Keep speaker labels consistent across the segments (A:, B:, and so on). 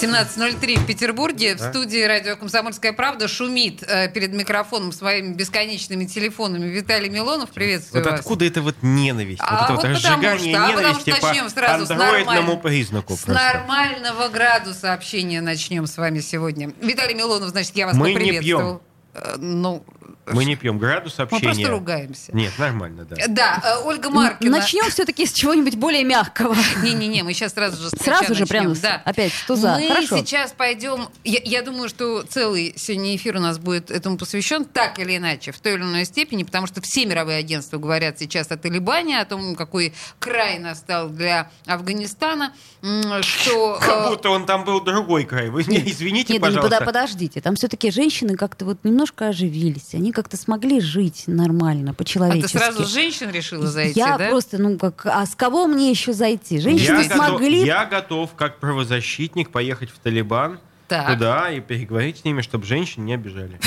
A: 17.03 в Петербурге. В студии радио «Комсомольская правда» шумит э, перед микрофоном своими бесконечными телефонами Виталий Милонов. Приветствую
B: Вот
A: вас.
B: откуда это вот ненависть?
A: А
B: вот
A: вот
B: это вот
A: потому
B: сжигание
A: что- а потому
B: ненависти
A: что начнем
B: по
A: сразу с
B: андроидному
A: нормального-
B: признаку.
A: С
B: просто.
A: нормального градуса общения начнем с вами сегодня. Виталий Милонов, значит, я вас
B: Мы не
A: поприветствовал. Э, Ну,
B: Мы не пьем градус
A: мы
B: общения.
A: просто ругаемся.
B: Нет, нормально, да.
A: Э, Да, э,
B: Ну,
A: Ольга Маркина.
C: Начнем все-таки с чего-нибудь более мягкого.
A: Не-не-не, мы сейчас сразу же сначала
C: Сразу же прям
A: начнем.
C: с-
A: да.
C: опять с туза.
A: Мы
C: Хорошо.
A: сейчас пойдем... Я, я думаю, что целый сегодня эфир у нас будет этому посвящен, так или иначе, в той или иной степени, потому что все мировые агентства говорят сейчас о Талибане, о том, какой край настал для Афганистана, м, что... э,
B: Как будто он там был другой край. Вы меня извините,
C: Нет, да не,
B: пожалуйста.
C: пода- подождите, там все-таки женщины как-то вот немножко оживились, они как-то смогли жить нормально,
A: А ты
C: по-человечески.
A: сразу с женщин решила зайти,
C: Я
A: да?
C: просто, ну как, а с кого мне еще зайти? Женщины
B: я, готов,
C: смогли.
B: я готов, как правозащитник, поехать в Талибан.
A: Так.
B: Туда и переговорить с ними, чтобы женщин не обижали.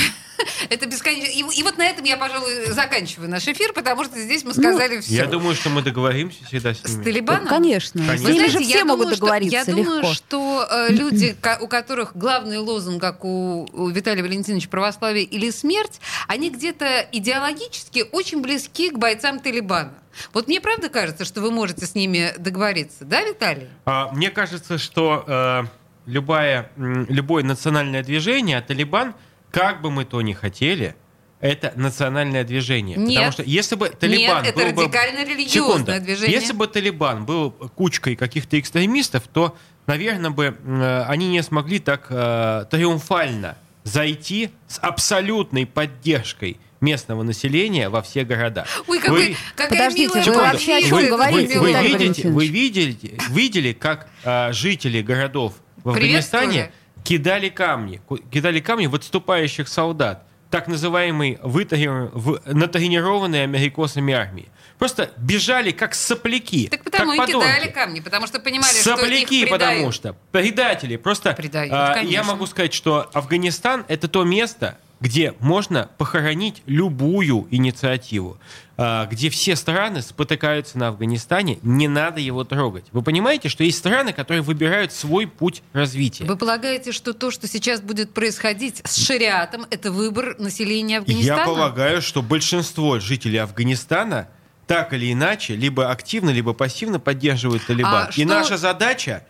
A: Это бесконечно. И, и вот на этом я, пожалуй, заканчиваю наш эфир, потому что здесь мы сказали все.
B: Ну, Я думаю, что мы договоримся всегда с
A: с
B: ними.
A: Талибаном?
C: Конечно.
B: Конечно.
C: С
A: Вы
C: ними
A: знаете,
C: же все могут
A: думаю, что-
C: договориться
A: я думаю,
C: легко.
A: что э, люди, ко- у которых главный лозунг, как у, у Виталия Валентиновича, православие или смерть, они где-то идеологически очень близки к бойцам Талибана. Вот мне правда кажется, что вы можете с ними договориться, да, Виталий?
B: А, Мне кажется, что э, любая, м, любое национальное движение, а Талибан, как бы мы то ни хотели, это национальное движение. Потому
A: Нет.
B: что если бы Талибан
A: Нет, это
B: был бы-
A: радикально религиозное
B: Секунда.
A: движение.
B: Если бы Талибан был кучкой каких-то экстремистов, то, наверное, бы э, они не смогли так э, триумфально зайти с абсолютной поддержкой местного населения во все города.
A: Ой, какой,
B: Вы-
A: какая
C: Подождите,
A: милая
C: вы
A: картина.
C: вообще о чем
A: Какой
C: говорите,
B: вы,
A: милый
C: Виталий
B: видите, вы
C: Валентинович?
B: видели, видели, как а, жители городов в Афганистане кидали камни, ку- кидали камни в отступающих солдат, так называемой вытаги- в- натренированной америкосами армии. Просто бежали как сопляки,
A: Так потому
B: как
A: и
B: подонки.
A: кидали камни, потому что понимали, что
B: Сопляки,
A: их
B: потому
A: предают.
B: что предатели. Просто
A: Предают,
B: а, я
A: конечно.
B: могу сказать, что Афганистан это то место, где можно похоронить любую инициативу, а, где все страны спотыкаются на Афганистане, не надо его трогать. Вы понимаете, что есть страны, которые выбирают свой путь развития.
A: Вы полагаете, что то, что сейчас будет происходить с шариатом, это выбор населения Афганистана?
B: Я полагаю, что большинство жителей Афганистана так или иначе, либо активно, либо пассивно поддерживают Талибан.
A: А
B: И
A: что-
B: наша задача,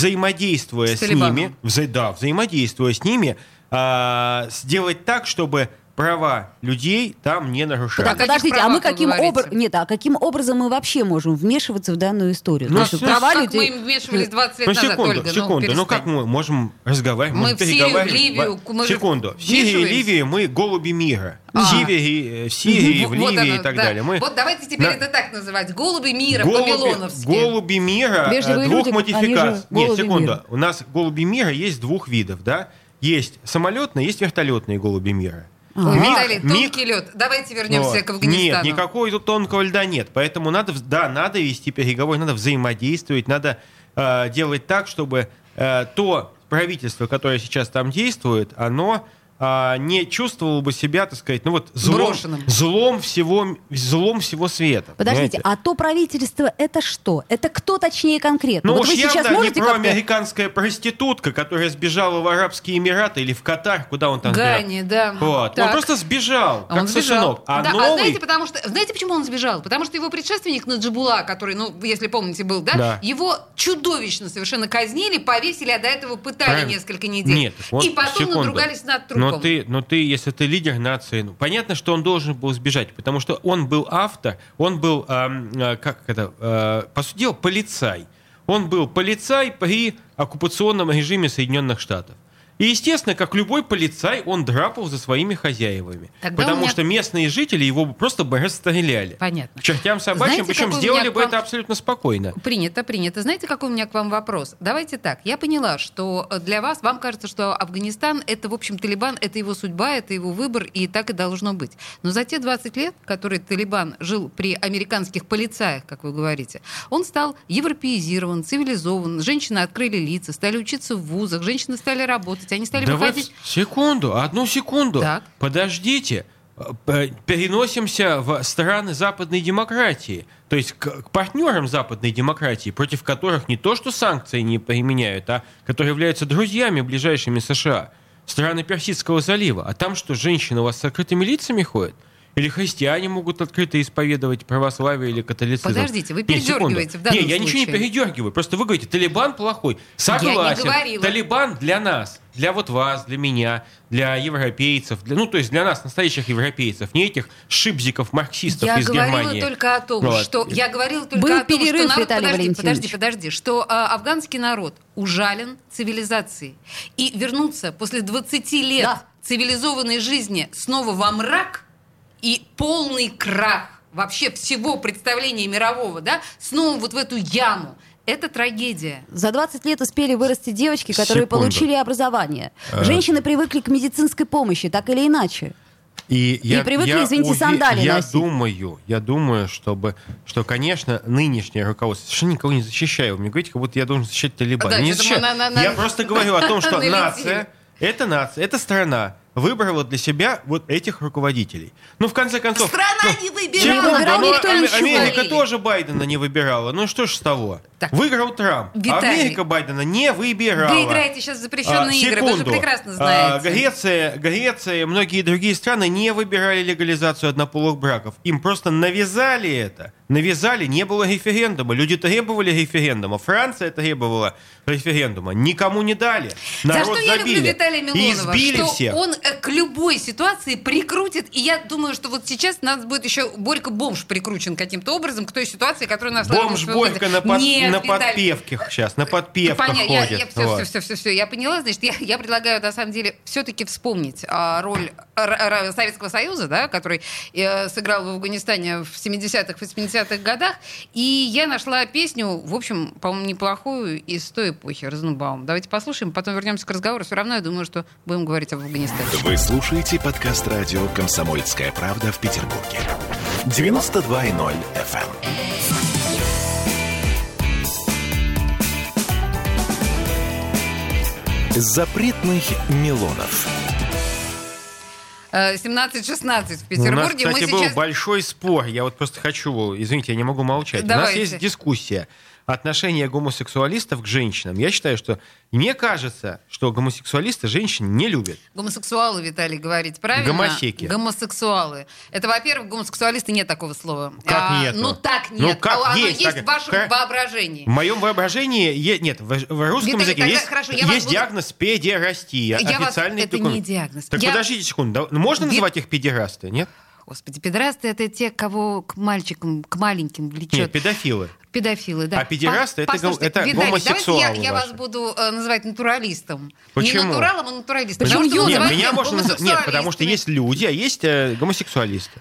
B: взаимодействуя
A: С
B: с,
A: Талибаном.
B: ними, вза- да, взаимодействуя с ними, а, сделать так, чтобы права людей там не нарушались.
A: Так,
C: Так,
A: о каких
C: подождите, а
A: правах
C: мы
A: вы
C: каким
A: говорите?
C: образом... Нет, а каким образом мы вообще можем вмешиваться в данную историю?
B: Ну,
C: То есть
B: слушай,
C: права
A: Как
C: людей-
A: мы им вмешивались 20 лет
B: Ну,
A: назад,
B: секунду,
A: Ольга?
B: секунду. Ну,
A: перестань.
B: как мы можем разговаривать,
A: Мы
B: можем
A: в Сирию,
B: переговаривать?
A: Ливию,
B: Ба-
A: мы же
B: секунду. В Сирии и
A: вмешиваемся.
B: Ливии мы голуби мира.
A: А.
B: В Сирии, э, в, Сирии,
A: Вот
B: в Ливии
A: оно,
B: и так
A: да.
B: далее. Мы
A: Вот давайте теперь
B: На-
A: это так называть. Голуби мира,
B: Голуби,
A: павилоновские.
B: голуби мира э,
C: Вежливые
B: двух
C: люди, они же
B: модификаций. Нет,
C: голуби
B: секунду.
C: мира.
B: У нас голуби мира есть двух видов, да? Есть самолетные, есть вертолетные голуби мира.
A: А. Ой,
B: Миг-
A: Виталий,
B: миг-
A: тонкий лед. Давайте вернемся
B: вот.
A: к Афганистану.
B: Нет, никакого тут тонкого льда нет. Поэтому надо, вз- да, надо вести переговоры, надо взаимодействовать, надо э, делать так, чтобы э, то правительство, которое сейчас там действует, оно а, не чувствовало бы себя, так сказать, ну вот злом,
A: Брошенным.
B: злом всего, злом всего света.
C: Подождите,
B: понимаете?
C: а то правительство это что? Это кто точнее конкретно?
B: Ну
C: вот
B: уж
C: вы
B: явно
C: сейчас
B: не
C: можете
B: про
C: как-то...
B: американская проститутка, которая сбежала в Арабские Эмираты или в Катар, куда он там
A: Гани,
B: сбежал.
A: да.
B: Вот.
A: Так.
B: Он просто сбежал,
A: А
B: как
A: он сбежал.
B: сосунок. А
A: да,
B: новый...
A: а знаете, потому что, знаете, почему он сбежал? Потому что его предшественник Наджибула, который, ну, если помните, был, да,
B: Да.
A: его чудовищно совершенно казнили, повесили, а до этого пытали
B: Правильно.
A: несколько недель.
B: Нет, вот,
A: И потом
B: секунду.
A: надругались над трупом.
B: Но ты, но ты, если ты лидер нации, ну, понятно, что он должен был сбежать, потому что он был автор, он был, ам, э, как это, э, по сути дела, полицай. Он был полицай при оккупационном режиме Соединенных Штатов. И, естественно, как любой полицай, он драпал за своими хозяевами.
A: Тогда у
B: потому
A: меня-
B: что местные жители его бы просто бы расстреляли.
A: Понятно.
B: К чертям собачьим,
A: Знаете,
B: причем
A: какой у
B: сделали
A: меня
B: бы
A: к вам-
B: это абсолютно спокойно.
A: Принято, принято. Знаете, какой у меня к вам вопрос? Давайте так. Я поняла, что э, для вас, вам кажется, что Афганистан — это, в общем, Талибан, это его судьба, это его выбор, и так и должно быть. Но за те 20 лет, которые Талибан жил при американских полицаях, как вы говорите, он стал европеизирован, цивилизован, женщины открыли лица, стали учиться в вузах, женщины стали работать, они стали
B: Давай
A: выходить...
B: в- секунду, одну секунду.
A: Так.
B: Подождите. Э, п- Переносимся в страны западной демократии, то есть к, к партнерам западной демократии, против которых не то что санкции не применяют, а которые являются друзьями ближайшими США, страны Персидского залива. А там что, женщины у вас с открытыми лицами ходят? Или христиане могут открыто исповедовать православие или католицизм?
A: Подождите, вы
B: Не, секунду.
A: передергиваете в данном
B: Не, я ничего не
A: случае.
B: передергиваю. Просто вы говорите, Талибан плохой. Согласен.
A: говорила.
B: Талиб- Талибан для нас, для вот вас, для меня, для европейцев, для, ну, то есть для нас, настоящих европейцев, не этих шибзиков-марксистов
A: Я
B: из
A: говорила
B: Германии.
A: только о том,
B: Вот.
A: что я говорила только
C: Был
A: о том,
C: перерыв,
A: что народ,
C: Виталий
A: подожди,
C: Валентинович.
A: подожди, подожди, что а, афганский народ ужален цивилизацией и вернуться после 20 лет
C: Да.
A: цивилизованной жизни снова во мрак и полный крах вообще всего представления мирового, да, снова вот в эту яму. Это трагедия.
C: За 20 лет успели вырасти девочки, которые
D: Секунду.
C: получили образование.
B: Э.
C: Женщины привыкли к медицинской помощи, так или иначе.
B: И,
C: привыкли, извините, сандалии
B: Я
C: носить.
B: думаю, я думаю, чтобы, что, конечно, нынешнее руководство, совершенно никого не защищаю. Вы мне говорите, как будто я должен защищать Талибан.
A: Да,
B: не
A: что-то
B: защищаю.
A: мы на- на-
B: я
A: на-
B: просто говорю о том, что
A: налетели.
B: нация, это нация, это страна, выбрала для себя вот этих руководителей. Ну, в конце концов...
A: Страна
B: ну,
A: не
B: секунду,
A: выбирала.
C: Чего? выбирал
B: но
C: никто
B: Ам-
C: ничего.
B: Америка
A: Говорили.
B: тоже Байдена не выбирала. Ну что ж с того?
A: Так.
B: Выиграл Трамп. А
A: Виталий,
B: Америка Байдена не выбирала.
A: Вы играете сейчас в запрещенные
B: А,
A: игры, вы же
B: секунду.
A: прекрасно
B: А,
A: знаете.
B: Греция, Греция и многие другие страны не выбирали легализацию однополых браков. Им просто навязали это. Навязали, не было референдума. Люди требовали референдума. Франция требовала референдума. Никому не дали.
A: За
B: Народ
A: что я
B: забили.
A: люблю Виталия
B: И
A: Милонова?
B: избили
A: что
B: всех.
A: он э, к любой ситуации прикрутит. И я думаю, что вот сейчас нас будет еще Борька-бомж прикручен каким-то образом к той ситуации, которую нас...
B: Бомж Борька на, под-
A: Нет,
B: на
A: Виталий,
B: подпевках сейчас, на подпевках
A: Понятно, я,
B: ходит.
A: я, все,
B: Вот.
A: все, все, все, я поняла. Значит, я, я предлагаю, на самом деле, все-таки вспомнить а, роль р- р- Советского Союза, да, который э, сыграл в Афганистане в 70-х, 80-х годах. И я нашла песню, в общем, по-моему, неплохую из той эпохи, Разнубаум. Давайте послушаем, потом вернемся к разговору. Все равно, я думаю, что будем говорить об Афганистане.
E: Вы слушаете подкаст радио «Комсомольская правда» в Петербурге. 92.0 FM. Запретных Милонов.
A: Э, 17-16 в
B: Ну,
A: Петербурге.
B: У нас,
A: Мы
B: кстати, был
A: сейчас...
B: большой спор. Я вот просто хочу, извините, я не могу молчать. У нас
A: Давайте.
B: есть дискуссия. Отношение гомосексуалистов к женщинам. Я считаю, что мне кажется, что гомосексуалисты женщин не любят.
A: Гомосексуалы, Виталий, говорить правильно?
B: Гомосеки.
A: Гомосексуалы. Это, во-первых, гомосексуалисты нет такого слова.
B: Как
A: А,
B: нету?
A: Ну так нет.
B: Ну, как
A: А Оно
B: есть,
A: есть,
B: так-
A: в вашем
B: Хра-
A: воображении.
B: В моем воображении е- нет, в, в русском
A: Виталий,
B: языке
A: тогда
B: есть,
A: хорошо, я вас
B: есть
A: буду-
B: диагноз педерастия,
A: Я вас-
B: официальный
A: это не
B: документ.
A: диагноз.
B: Так
A: Я-
B: подождите секунду, да, можно
A: Ви-
B: называть их педерасты, нет?
A: Господи, педерасты это те, кого к мальчикам, к маленьким
B: Нет,
A: влечет.
B: педофилы.
A: Педофилы, да.
B: А
A: Пос-
B: педерасты это гом-
A: послушайте,
B: это
A: Виталий,
B: гомосексуалы
A: Давайте я, я вас
B: ваши.
A: буду э, называть натуралистом.
B: Почему?
A: Не натуралом, а натуралистом.
C: Почему
A: Потому что вы
B: нет,
A: называете
B: меня
A: их
B: можно называть- Нет, потому что
A: гомосексуалистами.
B: есть люди, а есть э, гомосексуалисты.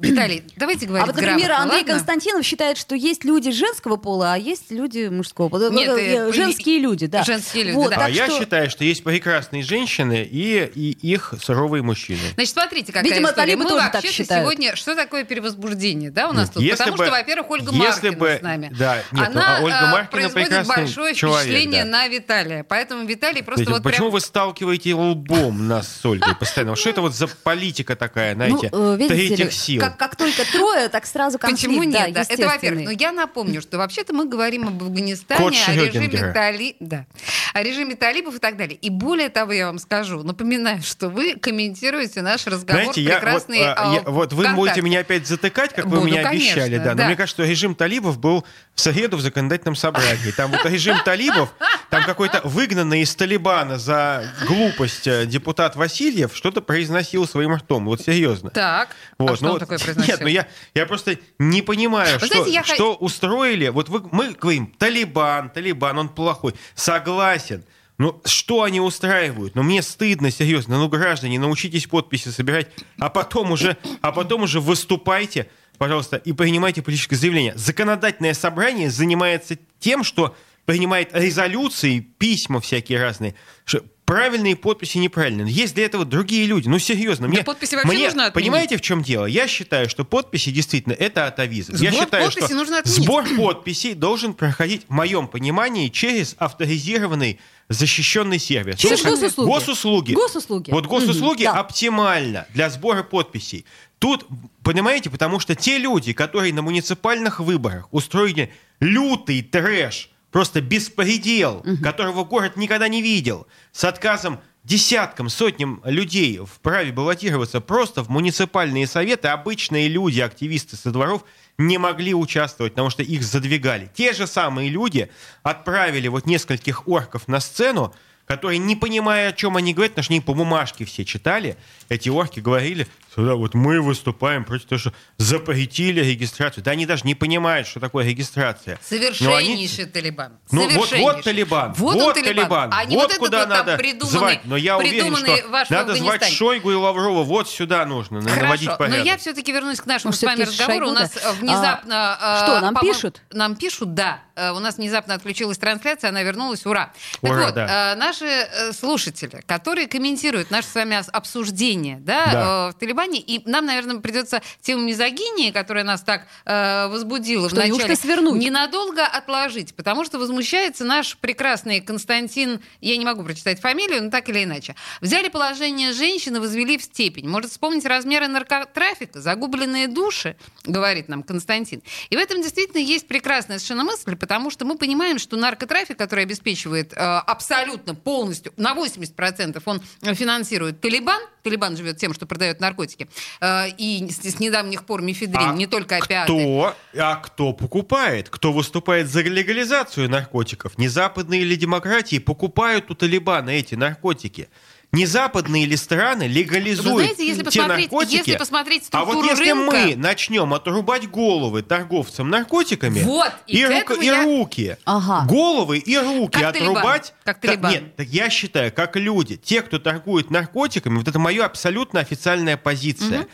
A: Виталий, давайте говорить
C: А вот, например,
A: грамотно,
C: Андрей
A: ладно?
C: Константинов считает, что есть люди женского пола, а есть люди мужского пола.
A: Нет,
C: Ну,
A: э,
C: э, женские люди, да.
A: женские люди,
C: Вот,
A: да.
C: так
B: а я
C: что,
B: считаю, что есть прекрасные женщины и, и их суровые мужчины.
A: Значит, смотрите, какая
C: Видимо,
A: история.
C: талибы
A: Мы
C: тоже так
A: вообще-то
C: считают.
A: сегодня... Что такое перевозбуждение, да, у нас тут?
B: Если
A: Потому
B: бы-
A: что, во-первых, Ольга
B: если
A: Маркина
B: бы-
A: с нами.
B: да, нет, ну,
A: Она
B: а Ольга
A: а,
B: Маркина
A: производит
B: прекрасный
A: большое
B: человек,
A: впечатление
B: да.
A: на Виталия. Поэтому Виталий просто вот
B: Знаете, почему
A: прям...
B: вы сталкиваете лбом нас с Ольгой постоянно? Вот Что это вот за политика такая,
C: ну,
B: знаете,
C: э, видите ли,
B: третьих сил?
C: Как, как только трое, так сразу конфликт.
A: Почему
C: да,
A: нет? да? Это,
C: естественный.
A: во-первых, ну, но я напомню, что вообще-то мы говорим об
B: Кот
A: Афганистане, о режиме,
B: Шрёдингера.
A: тали... да. о режиме талибов и так далее. И более того, я вам скажу, напоминаю, что вы комментируете наш разговор
B: Знаете, я вот,
A: прекрасный
B: э, я-
A: а,
B: вот вы
A: ВКонтакте.
B: будете меня опять затыкать, как
A: Буду,
B: вы меня
A: конечно,
B: обещали,
A: да.
B: да. Но мне кажется, что режим талибов был в среду в законодательном собрании. Там вот режим талибов, там какой-то выгнанный из Талибана за глупость э, депутат Васильев что-то произносил своим ртом. Вот серьезно.
A: Так,
B: Вот,
A: а что
B: ну
A: он
B: вот-
A: такое произносил?
B: Нет, ну я, я просто не понимаю,
A: Вы
B: что,
A: знаете, я хо-
B: что устроили. Вот вы- мы говорим, Талибан, Талибан, он плохой. Согласен. Ну, что они устраивают? Ну, мне стыдно, серьезно. Ну, граждане, научитесь подписи собирать, а потом уже, а потом уже выступайте, пожалуйста, и принимайте политическое заявление. Законодательное собрание занимается тем, что принимает резолюции, письма всякие разные, что правильные подписи неправильные. Есть для этого другие люди. Ну, серьезно. Мне,
A: подписи вообще
B: мне-
A: нужно отменить.
B: Понимаете, в чем дело? Я считаю, что подписи действительно это атовизм. Я
A: Сбор
B: считаю,
A: подписей
B: что
A: нужно отменить.
B: сбор подписей должен проходить, в моем понимании, через авторизированный защищенный сервис.
C: Через
B: Слушай,
C: госуслуги.
B: Госуслуги.
C: Госуслуги.
B: Вот госуслуги
C: Мгм, да.
B: оптимально для сбора подписей. Тут, понимаете, потому что те люди, которые на муниципальных выборах устроили лютый трэш, просто беспредел, которого город никогда не видел, с отказом десяткам, сотням людей в праве баллотироваться просто в муниципальные советы, обычные люди, активисты со дворов, не могли участвовать, потому что их задвигали. Те же самые люди отправили вот нескольких орков на сцену, которые, не понимая, о чем они говорят, потому что они по бумажке все читали, эти орки говорили, что да, вот мы выступаем против того, что запретили регистрацию. Да они даже не понимают, что такое регистрация. Но они-
A: Совершеннейший Талибан.
B: Ну, вот-
A: Совершеннейший.
B: вот Талибан,
A: Вот, он
B: вот
A: Талибан.
B: Талибан,
A: А не
B: вот
A: вот, этот
B: куда
A: вот там
B: надо
A: придуманный,
B: звать. Но я уверен,
A: придуманный
B: что
A: ваш в
B: надо звать
A: Афганистане.
B: Шойгу и Лаврова вот сюда нужно, на- наводить
A: Хорошо,
B: порядок.
A: но я все-таки вернусь к нашему
C: Ну,
A: с вами
C: всё-таки
A: разговору. У
C: Шойгу,
A: нас
C: да.
A: э, внезапно...
C: А,
A: э,
C: что, нам
A: по-моему,
C: пишут?
A: Нам пишут, да. Э, У нас внезапно отключилась трансляция, она вернулась, ура. Так
B: Ура,
A: вот,
B: да.
A: э, наши э, слушатели, которые комментируют наше с вами ос- обсуждение
B: Да.
A: да, э, в Талибане, и нам, наверное, придется тему мизогинии, которая нас так э, возбудила
C: Что, неужто
A: вначале,
C: свернуть?
A: ненадолго отложить, потому что возмущается наш прекрасный Константин, я не могу прочитать фамилию, но так или иначе. Взяли положение женщины, возвели в степень. Может вспомнить размеры наркотрафика, загубленные души, говорит нам Константин. И в этом действительно есть прекрасная совершенно мысль, потому что мы понимаем, что наркотрафик, который обеспечивает э, абсолютно полностью, на 80% он финансирует Талибан, Талибан живет тем, что продает наркотики, э, и с, с недавних пор мифедрин,
B: А
A: не только опиаты.
B: Кто, а кто покупает? Кто выступает за легализацию наркотиков? Не западные или демократии покупают у Талибана эти наркотики? Не западные или страны легализуют
A: Вы знаете, если
B: те
A: посмотреть-
B: наркотики?
A: если посмотреть
B: а вот
A: структуру
B: если
A: рынка-
B: мы начнем отрубать головы торговцам наркотиками
A: Вот, и
B: и,
A: к
B: рука-
A: этому
B: и
A: я-
B: руки,
C: Ага.
B: головы и руки
A: Как Талибан.
B: отрубать,
A: Как
B: Та-
A: Талибан.
B: нет, так я считаю, как люди, те, кто торгует наркотиками, вот это моя абсолютно официальная позиция.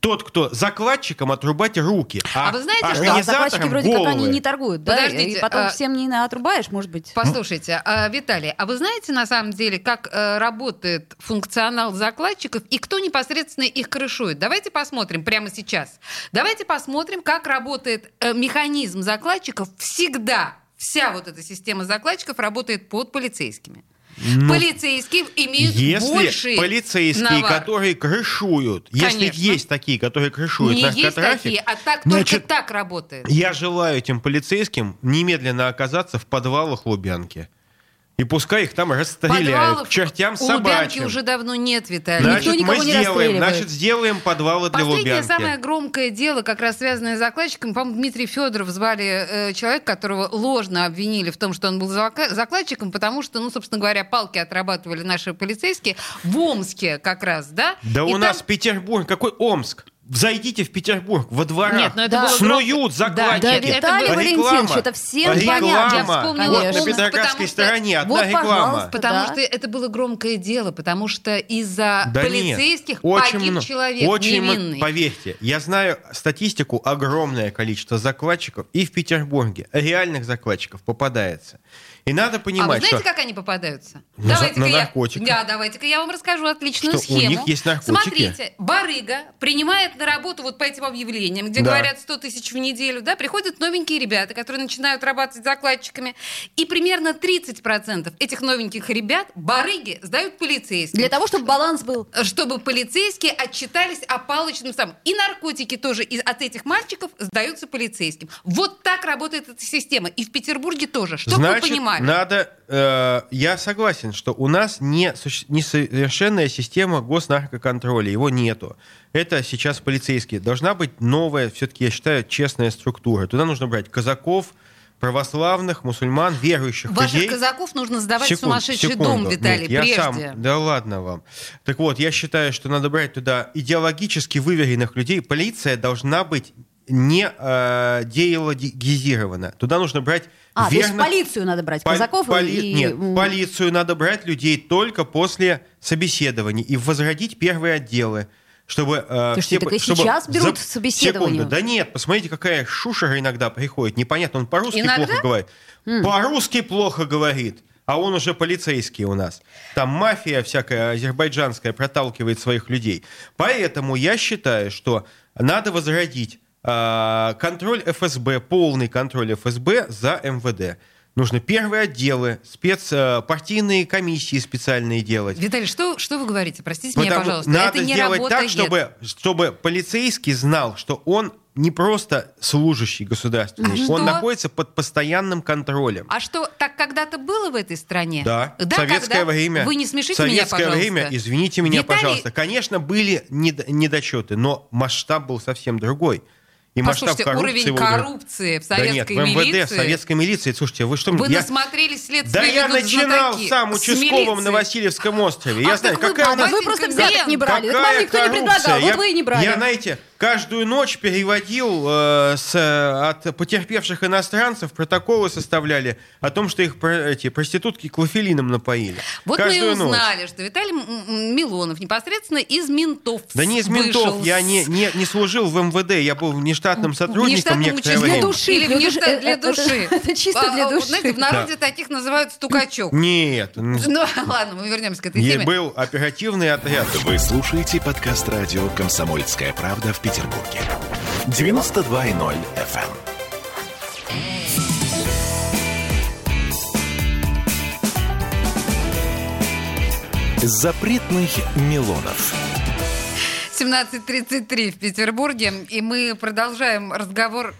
B: Тот, кто закладчиком отрубать руки, а,
A: А вы знаете, что?
C: Да,
B: организаторам
C: закладчики вроде
B: головы.
C: как они не торгуют, да?
A: Подождите,
C: и потом
A: а-
C: всем не на- отрубаешь, может быть.
A: Послушайте, а, Виталий, а вы знаете на самом деле, как э, работает функционал закладчиков и кто непосредственно их крышует? Давайте посмотрим прямо сейчас. Давайте посмотрим, как работает э, механизм закладчиков всегда. Вся вот эта система закладчиков работает под полицейскими. Полицейские имеют
B: Ну, Если
A: больший
B: полицейские,
A: навар.
B: которые крышуют, если
A: Конечно.
B: есть такие, которые крышуют
A: не есть
B: наркотрафик,
A: такие, а так
B: значит,
A: только так работает.
B: Я желаю этим полицейским немедленно оказаться в подвалах Лубянки. И пускай их там расстреляют
A: Подвалов
B: к чертям
A: у Лубянки
B: собачьим.
A: уже давно нет, Виталий.
B: Значит,
C: Никто никого
B: мы
C: не
B: сделаем,
C: расстреливает.
B: значит, сделаем подвалы для
A: Последнее
B: Лубянки.
A: самое громкое дело, как раз связанное с закладчиком, по-моему, Дмитрий Федоров звали э, человека, которого ложно обвинили в том, что он был зака- закладчиком, потому что, ну, собственно говоря, палки отрабатывали наши полицейские в Омске как раз, да?
B: Да
A: И
B: у
A: там-
B: нас Петербург, какой Омск? Зайдите в Петербург, во дворах.
A: Нет, ну это
C: Да.
A: было
B: Снуют
A: громко. Да,
B: закладчики.
C: Да,
A: нет, это
C: Виталий
A: было-
C: Валентинович, это всем
B: реклама.
C: понятно.
A: Я вспомнила
B: Вот
C: Конечно.
B: на Петроградской
A: Потому что-
B: стороне одна
C: Вот,
B: реклама.
C: пожалуйста.
A: Потому
C: Да.
A: что это было громкое дело, потому что из-за
B: Да
A: А, полицейских
B: нет, очень
A: погиб
B: много-
A: человек
B: очень мно-
A: невинный.
B: Поверьте, я знаю статистику, огромное количество закладчиков и в Петербурге, реальных закладчиков попадается. И надо
A: А вы
B: понимать,
A: знаете,
B: что...
A: как они попадаются?
B: На за- на наркотиках.
A: Я, да, давайте-ка я вам расскажу отличную
B: Что, у
A: схему.
B: них есть наркотики?
A: Смотрите, барыга принимает на работу вот по этим объявлениям, где
B: Да.
A: говорят 100 тысяч в неделю, да, приходят новенькие ребята, которые начинают работать закладчиками, и примерно 30% этих новеньких ребят барыги сдают полицейским.
C: Для того, чтобы баланс был.
A: чтобы полицейские отчитались о палочном самом. И наркотики тоже из, от этих мальчиков сдаются полицейским. Вот так работает эта система. И в Петербурге тоже. Чтобы
B: Значит,
A: вы понимали.
B: надо... э, я согласен, что у нас не, суще- несовершенная система госнаркоконтроля, его нету. Это сейчас полицейские. Должна быть новая, все-таки, я считаю, честная структура. Туда нужно брать казаков, православных, мусульман, верующих
A: Ваших
B: людей.
A: казаков нужно сдавать в
B: Секунд-
A: сумасшедший
B: секунду.
A: дом, Виталий,
B: Нет, я
A: прежде.
B: сам- да ладно вам. Так вот, я считаю, что надо брать туда идеологически выверенных людей. Полиция должна быть не э, деилогизировано. Туда нужно брать
C: А, то есть
B: верных-
C: полицию надо брать,
B: Пол-
C: казаков
B: поли-
C: и...
B: Нет,
C: м,
B: полицию надо брать людей только после собеседований и возродить первые отделы, чтобы... э,
C: Ты что, так и
B: чтобы
C: сейчас берут
B: за-
C: собеседование?
B: Секунду, да нет, посмотрите, какая шушера иногда приходит. Непонятно, он по-русски
A: Иногда?
B: плохо говорит. По-русски плохо говорит. А он уже полицейский у нас. Там мафия всякая азербайджанская проталкивает своих людей. Поэтому я считаю, что надо возродить э, контроль ФСБ, полный контроль ФСБ за МВД. Нужно первые отделы, спец, э, партийные комиссии специальные делать.
A: Виталий, что, что вы говорите? Простите меня,
B: Потому-
A: пожалуйста.
B: Надо
A: это не
B: сделать
A: работает.
B: так, чтобы, чтобы полицейский знал, что он не просто служащий государственный,
A: Что?
B: он находится под постоянным контролем.
A: А что, так когда-то было в этой стране?
B: Да, в советское
A: когда?
B: время.
A: Вы не смешите
B: советское
A: меня, пожалуйста.
B: время, извините меня,
A: Виталий-
B: пожалуйста. Конечно, были недо- недочеты, но масштаб был совсем другой. И
A: Послушайте,
B: масштаб коррупции
A: уровень
B: был другой.
A: коррупции в
B: Да
A: советской
B: нет, в МВД,
A: милиции.
B: в советской милиции. Слушайте, вы что,
A: Вы
B: я-
A: насмотрелись следствие
B: Да я
A: ведут
B: начинал
A: знатоки.
B: сам
A: С
B: участковым
A: милиции.
B: на Васильевском острове. Я
A: Ах,
B: знаю,
A: так вы
B: какая у
C: А
B: нас
A: бабы.
C: вы просто взяток не брали. Это
B: Какая
C: вам никто не
B: коррупция?
C: предлагал,
B: Я-
C: вот вы и не брали.
B: Я, знаете, каждую ночь переводил э, с, э, от потерпевших иностранцев, протоколы составляли о том, что их про- эти проститутки клофелином напоили.
A: Вот
B: каждую
A: мы и
B: ночь.
A: узнали, что Виталий М- М- Милонов непосредственно из ментов
B: Да не из
A: вышел
B: ментов, я
A: с-
B: не, не, не служил в МВД, я был внештатным сотрудником
A: Внештатным
B: некоторое
A: участковым.
C: Для
B: время.
C: души,
A: Или
C: для
A: внешне-
C: души.
A: для
C: Это-
A: души.
C: это чисто
A: А,
C: для
A: а, вот
C: души.
A: Знаете, в народе таких называют стукачок.
B: Нет, м,
A: Ну ладно, мы вернемся к этой
B: е-
A: теме.
B: был оперативный отряд.
E: Вы слушаете подкаст радио «Комсомольская правда» в Петербурге. 92.0 FM. эм. Запретных Милонов.
A: 17.33 в Петербурге, и мы продолжаем разговор.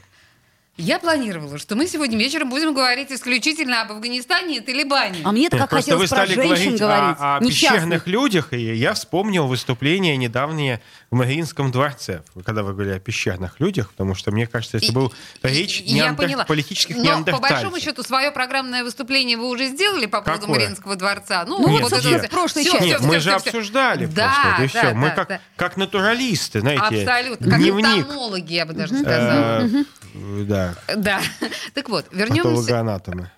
A: Я планировала, что мы сегодня вечером будем говорить исключительно об Афганистане и Талибане.
C: А мне-то как
B: Просто вы
C: хотелось про
B: стали
C: женщин
B: говорить
C: говорить.
B: о, о
C: Несчастных.
B: пещерных людях, и я вспомнил выступление недавнее в Мариинском дворце, когда вы говорили о пещерных людях, потому что, мне кажется, это
A: И-
B: был речь
A: и- я
B: неандер-
A: поняла.
B: политических
A: Но по
B: неандертальцев.
A: большому счету свое программное выступление вы уже сделали по поводу
B: Какое?
A: Мариинского дворца. Ну,
C: Ну,
B: вот, собственно,
A: вот
C: в прошлой
A: Всё,
C: части.
A: всё,
B: Нет,
A: всё,
B: мы
A: всё,
B: же
A: всё.
B: обсуждали
A: Да,
B: просто,
A: да,
B: и все.
A: да,
B: мы
A: да.
B: как, как натуралисты, знаете,
A: Абсолютно. Как
B: дневник.
A: энтомологи, я бы даже сказала.
B: э, Да,
A: Да. Так вот, вернемся.
B: патологоанатомы.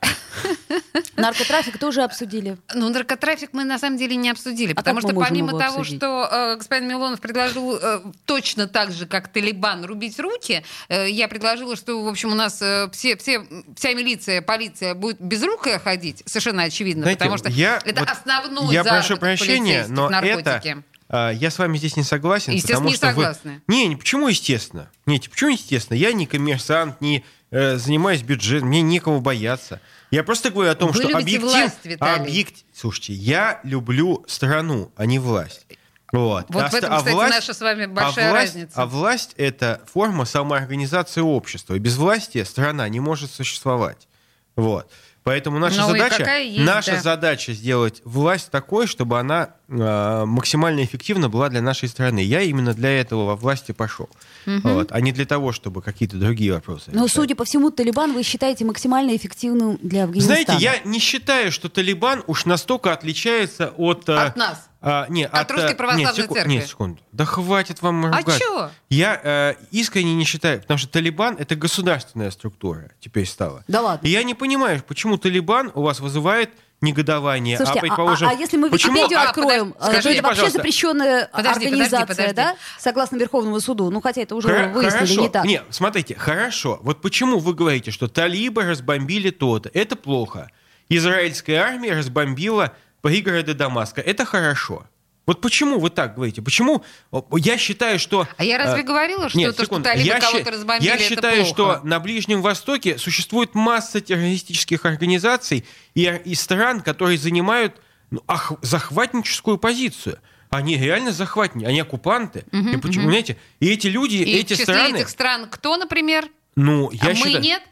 C: Наркотрафик тоже обсудили.
A: Ну, наркотрафик мы на самом деле не обсудили,
C: А как
A: потому
C: мы
A: что
C: можем
A: помимо
C: его
A: того,
C: обсудить?
A: что э, господин Милонов предложил э, точно так же, как Талибан, рубить руки, э, я предложила, что, в общем, у нас э, все, все, вся милиция, полиция будет без рук ходить, совершенно очевидно,
B: Знаете,
A: потому что
B: я
A: это
B: вот-
A: основной
B: Я прошу
A: заработок
B: прощения,
A: полицейских,
B: но
A: наркотики.
B: это... а, Я с вами здесь не согласен.
A: Естественно,
B: потому
A: не
B: что вы-
A: согласны.
B: Не, не, почему естественно? Нет, почему естественно? Я не коммерсант, не э, занимаюсь бюджетом, мне некого бояться. Я просто говорю о том,
A: Вы
B: что
A: любите
B: объектив...
A: власть, Виталий.
B: объект- Слушайте, я люблю страну, а не власть. Вот,
A: Вот
B: А
A: в
B: ст-
A: этом,
B: а
A: кстати,
B: власть-
A: наша с вами большая
B: а власть,
A: разница.
B: А власть — это форма самоорганизации общества. И без власти страна не может существовать. Вот. Поэтому наша,
A: Ну и
B: задача,
A: какая есть,
B: наша
A: да.
B: задача сделать власть такой, чтобы она э, максимально эффективна была для нашей страны. Я именно для этого во власти пошел. Вот. А не для того, чтобы какие-то другие вопросы.
C: Но,
B: решать.
C: Ну, судя по всему, Талибан вы считаете максимально эффективным для Афганистана.
B: Знаете, я не считаю, что Талибан уж настолько отличается от... э,
A: От нас.
B: а, не,
A: От
B: э,
A: Русской
B: нет,
A: Православной
B: секу-
A: Церкви.
B: Нет, секунду. Да хватит вам
A: А
B: ругать.
A: чё?
B: Я э, искренне не считаю, потому что Талибан это государственная структура теперь стала.
C: Да ладно.
B: И я не понимаю, почему Талибан у вас вызывает негодование.
C: Слушайте, а, а-
B: предположим,
C: а если мы
B: почему-
C: Википедию
A: А,
C: откроем,
A: подо-
C: э, то
A: скажите,
C: это вообще
B: пожалуйста.
C: запрещенная
A: Подожди, подожди,
C: организация,
A: подожди.
C: да? Согласно Верховному суду. Ну, хотя это уже
B: Хоро-
C: выяснили,
B: хорошо.
C: не так.
B: смотрите, хорошо. Вот почему вы говорите, что талибы разбомбили то-то. Это плохо. Израильская армия разбомбила пригороды Дамаска. Это хорошо. Вот почему вы так говорите? Почему о, я считаю, что...
A: А я разве
B: э,
A: говорила, что
B: нет,
A: то, что
B: секунду.
A: талибы
B: я,
A: кого-то
B: щи-
A: разбомбили,
B: я
A: это
B: считаю,
A: плохо?
B: что на Ближнем Востоке существует масса террористических организаций и, и стран, которые занимают ну, ах- захватническую позицию. Они реально захватники, они оккупанты. и почему, знаете, и эти люди,
A: И
B: эти
A: в числе
B: страны,
A: этих стран кто, например?
B: ну, я
A: а мы
B: считаю,
A: нет?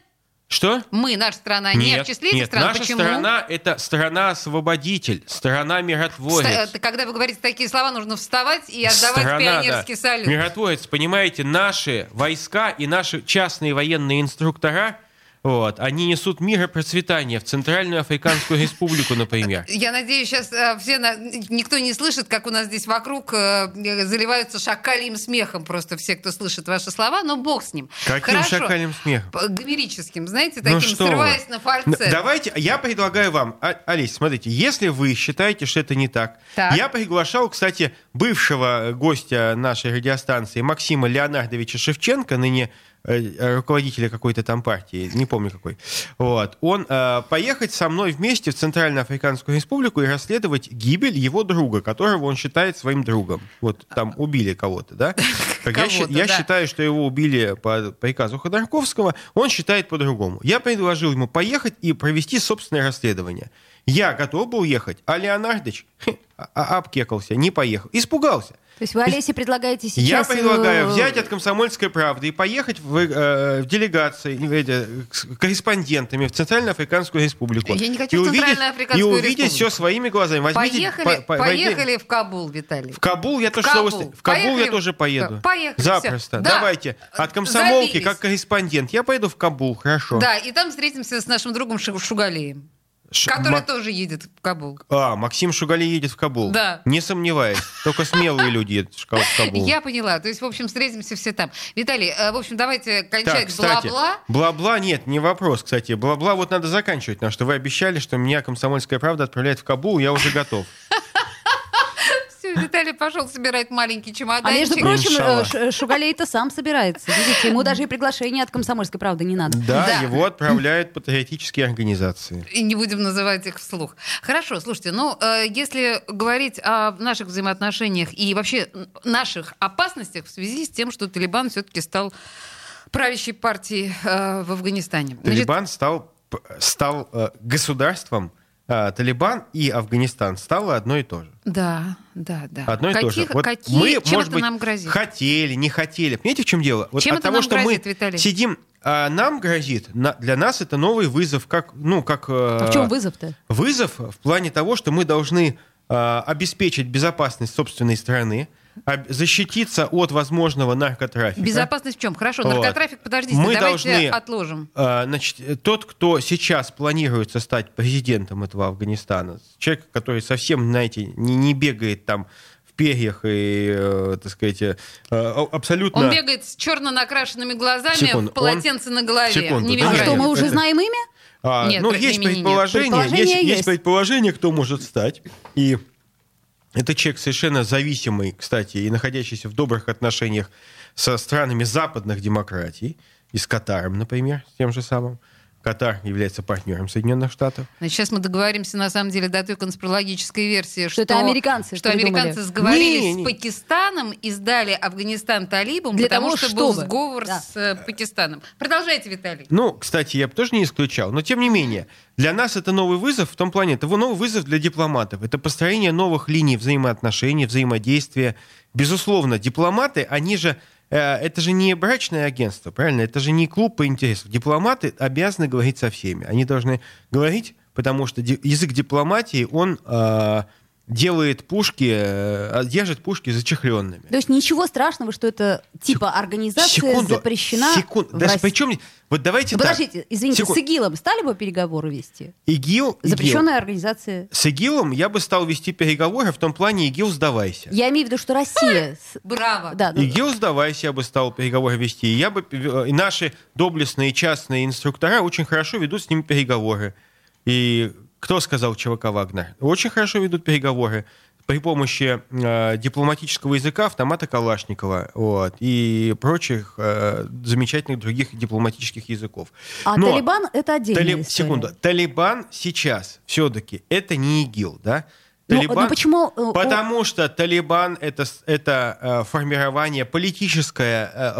B: что?
A: Мы, наша страна, не в числе этих
B: нет,
A: стран.
B: наша
A: Почему?
B: страна это страна-освободитель, страна-миротворец.
A: Ста- э, Когда вы говорите такие слова, нужно вставать и отдавать
B: Страна,
A: пионерский
B: да.
A: салют.
B: Миротворец, понимаете, наши войска и наши частные военные инструктора Вот. Они несут мир и процветание в Центральную Африканскую Республику, например.
A: Я надеюсь, сейчас все на- никто не слышит, как у нас здесь вокруг э, заливаются шакальем смехом просто все, кто слышит ваши слова, но бог с ним.
B: Каким
A: Хорошо.
B: шакальным смехом?
A: П- Гомерическим, знаете,
B: Ну
A: таким,
B: что вы. Ну,
A: срываясь на фальцет.
B: Н- Давайте, я предлагаю вам, А- Олесь, смотрите, если вы считаете, что это не так,
A: Так.
B: я приглашал, кстати, бывшего э, гостя нашей радиостанции Максима Леонардовича Шевченко, ныне э, руководителя какой-то там партии, не помню какой, вот, он э, поехать со мной вместе в Центральноафриканскую Республику и расследовать гибель его друга, которого он считает своим другом. Вот там убили кого-то, да? Как я, щи-
A: Кого-то,
B: я
A: да.
B: считаю, считаю, что его убили по приказу Ходорковского, он считает по-другому. Я предложил ему поехать и провести собственное расследование. Я готов был ехать, а Леонардович хе, а- а- обкекался, не поехал. Испугался.
C: То есть вы Олесе предлагаете
B: Я
C: сейчас...
B: предлагаю
C: э,
B: взять от «Комсомольской правды» и поехать в, э, в делегации, в эти, с корреспондентами в Центральноафриканскую республику.
A: Я не хочу
B: И
A: в
B: увидеть-
A: Центральноафриканскую
B: И увидеть
A: республику.
B: все своими глазами. Возьмите-
A: Поехали,
B: по- по- войди-
A: поехали в Кабул, Виталий.
B: в Кабул я тоже
A: В
B: с
A: Кабул.
B: удовольствием- В Кабул
A: Поехали.
B: я тоже поеду.
A: Поехали, всё.
B: Запросто.
A: Да.
B: Давайте. От комсомолки,
A: Забились.
B: как корреспондент. Я поеду в Кабул, хорошо.
A: Да, и там встретимся с нашим другом Шу- Шугалеем,
B: Ш-
A: который
B: Ма-
A: тоже едет в Кабул.
B: А, Максим Шугали едет в Кабул.
A: Да.
B: Не сомневаюсь. Только смелые люди едут в Шка- в Кабул.
A: Я поняла. То есть, в общем, встретимся все там. Виталий, э, в общем, давайте
B: Так,
A: кончать
B: кстати,
A: бла-бла.
B: бла-бла, нет, не вопрос, кстати. Бла-бла вот надо заканчивать, потому что вы обещали, что меня «Комсомольская правда» отправляет в Кабул, я уже готов.
A: Всё, Виталий пошел собирать маленький
C: А между
A: чемоданчик.
C: прочим,
B: Иншалла.
C: э, Ш- Шугалей-то сам собирается. Видите, ему даже и приглашение от комсомольской правды не надо.
B: Да,
A: Да.
B: его отправляют патриотические организации.
A: И не будем называть их вслух. Хорошо, слушайте, ну, э, если говорить о наших взаимоотношениях и вообще н- наших опасностях в связи с тем, что Талибан все-таки стал правящей партией э, в Афганистане. Значит,
B: Талибан стал, п- стал э, государством. э, Талибан и Афганистан стало одно и то же.
A: Да, да, да.
B: Одно и то
A: Каких-
B: же. Вот
A: какие,
B: мы,
A: чем
B: может
A: это
B: быть,
A: нам грозит?
B: хотели, не хотели. Понимаете, в чем дело? Вот
A: Чем
B: от
A: это
B: того,
A: нам
B: что
A: грозит,
B: мы
A: Виталий?
B: сидим, а нам грозит, на- для нас это новый вызов, как, ну, как...
C: А в чем вызов-то?
B: Вызов в плане того, что мы должны э, обеспечить безопасность собственной страны, об- защититься от возможного наркотрафика.
A: Безопасность в чем? Хорошо,
B: Вот.
A: наркотрафик, подождите,
B: Мы
A: давайте
B: должны-
A: отложим.
B: Э, Значит, э, тот, кто сейчас планируется стать президентом этого Афганистана, человек, который совсем, знаете, не, не бегает там в перьях и, э, так сказать, э, а- абсолютно...
A: Он бегает с черно накрашенными глазами,
B: Секунду,
A: в полотенце на голове.
B: секунду,
A: не
B: да,
C: А
B: Нет,
C: что, мы уже
B: это-
C: знаем имя?
B: А,
A: Нет,
B: ну,
A: при-
B: есть
A: не- не- не,
B: предположение,
C: предположение
B: есть, есть
C: есть.
B: предположение, кто может стать. И это человек совершенно зависимый, кстати, и находящийся в добрых отношениях со странами западных демократий, и с Катаром, например, с тем же самым. Катар является партнером Соединенных Штатов.
A: Значит, сейчас мы договоримся, на самом деле, до той конспирологической версии, что,
C: Что это американцы
A: что
C: придумали.
A: американцы сговорились
B: Не, не.
A: с Пакистаном и сдали Афганистан талибам,
C: Для
A: потому
C: того,
A: что был
C: чтобы.
A: сговор
C: Да.
A: с э, Пакистаном. Продолжайте, Виталий.
B: Ну, кстати, я бы тоже не исключал, но тем не менее, для нас это новый вызов в том плане, это новый вызов для дипломатов. Это построение новых линий взаимоотношений, взаимодействия. Безусловно, дипломаты, они же, э, это же не брачное агентство, правильно? Это же не клуб по интересам. Дипломаты обязаны говорить со всеми. Они должны говорить, потому что ди- язык дипломатии, он э, делает пушки, э, держит пушки зачехленными.
C: То есть ничего страшного, что это типа организация запрещена
B: секунду.
C: в
B: Да,
C: России.
B: причем, вот давайте так.
C: Подождите, извините,
B: Секунду.
C: с ИГИЛом стали бы переговоры вести?
B: ИГИЛ, ИГИЛ.
C: Запрещенная организация.
B: С ИГИЛом я бы стал вести переговоры в том плане ИГИЛ сдавайся.
C: Я имею в виду, что Россия... с-
A: Браво.
C: Да, ну,
B: ИГИЛ сдавайся, я бы стал переговоры вести. И Я бы, э, и наши доблестные частные инструктора очень хорошо ведут с ними переговоры. И кто сказал ЧВК Вагнер? Очень хорошо ведут переговоры при помощи э, дипломатического языка, автомата Калашникова вот, и прочих э, замечательных других дипломатических языков.
C: А
B: Но-
C: Талибан это отдельная
B: Талиб-
C: история.
B: Секунду. Талибан сейчас все-таки это не ИГИЛ, да?
C: Ну, ну почему, э, о-
B: Потому что Талибан это, с- это э, формирование политическое, э,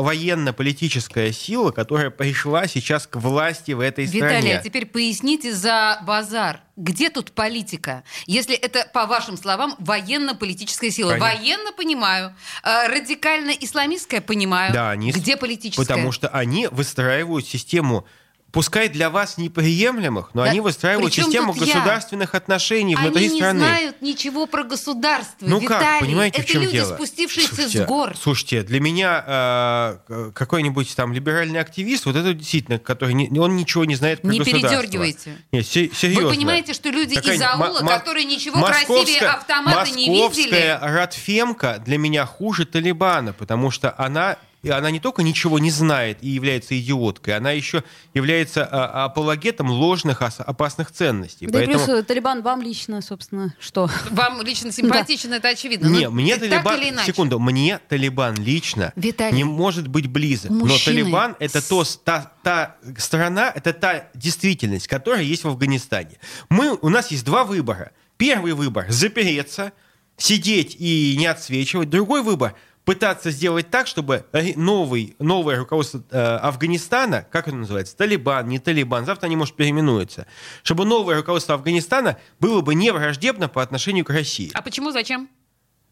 B: военно-политическая сила, которая пришла сейчас к власти в этой
A: Виталий,
B: стране.
A: а теперь поясните за базар. Где тут политика? Если это, по вашим словам, военно-политическая сила.
B: Конечно.
A: Военно понимаю, э, радикально-исламистская понимаю.
B: Да, они-
A: Где политическая?
B: Потому что они выстраивают систему пускай для вас неприемлемых, но
A: Да,
B: они выстраивают
A: причем
B: систему
A: тут я?
B: государственных отношений внутри
A: Они не
B: страны.
A: знают ничего про государство,
B: Ну
A: Виталий.
B: как, понимаете,
A: Это
B: в чем
A: люди,
B: дело?
A: спустившиеся
B: Слушайте,
A: с гор.
B: Слушайте, для меня э, к- какой-нибудь там либеральный активист, вот это действительно, который не- он ничего не знает про
A: Не
B: государство.
A: передергивайте.
B: Нет, се- серьезно.
A: Вы понимаете, что люди из
B: Какая-нибудь
A: аула,
B: мо- мо-
A: которые ничего красивее
B: московская-
A: автомата не видели,
B: Московская Ратфемка для меня хуже Талибана, потому что она и она не только ничего не знает и является идиоткой, она еще является а, апологетом ложных ос- опасных ценностей.
C: Да и
B: Поэтому-
C: плюс э, Талибан вам лично, собственно, что?
A: вам лично симпатично, это очевидно.
B: Не,
A: Ну,
B: мне
A: так
B: Талибан...
A: или иначе.
B: Секунду, мне Талибан лично
A: Виталий,
B: не может быть близок.
A: мужчины
B: Но Талибан — это то, с- та, та страна, это та действительность, которая есть в Афганистане. Мы, у нас есть два выбора. Первый выбор — запереться, сидеть и не отсвечивать. Другой выбор — пытаться сделать так, чтобы ри- новый, новое руководство э, Афганистана, как оно называется, Талибан, не Талибан, завтра они, может, переименуются, чтобы новое руководство Афганистана было бы не враждебно по отношению к России.
A: А почему, зачем?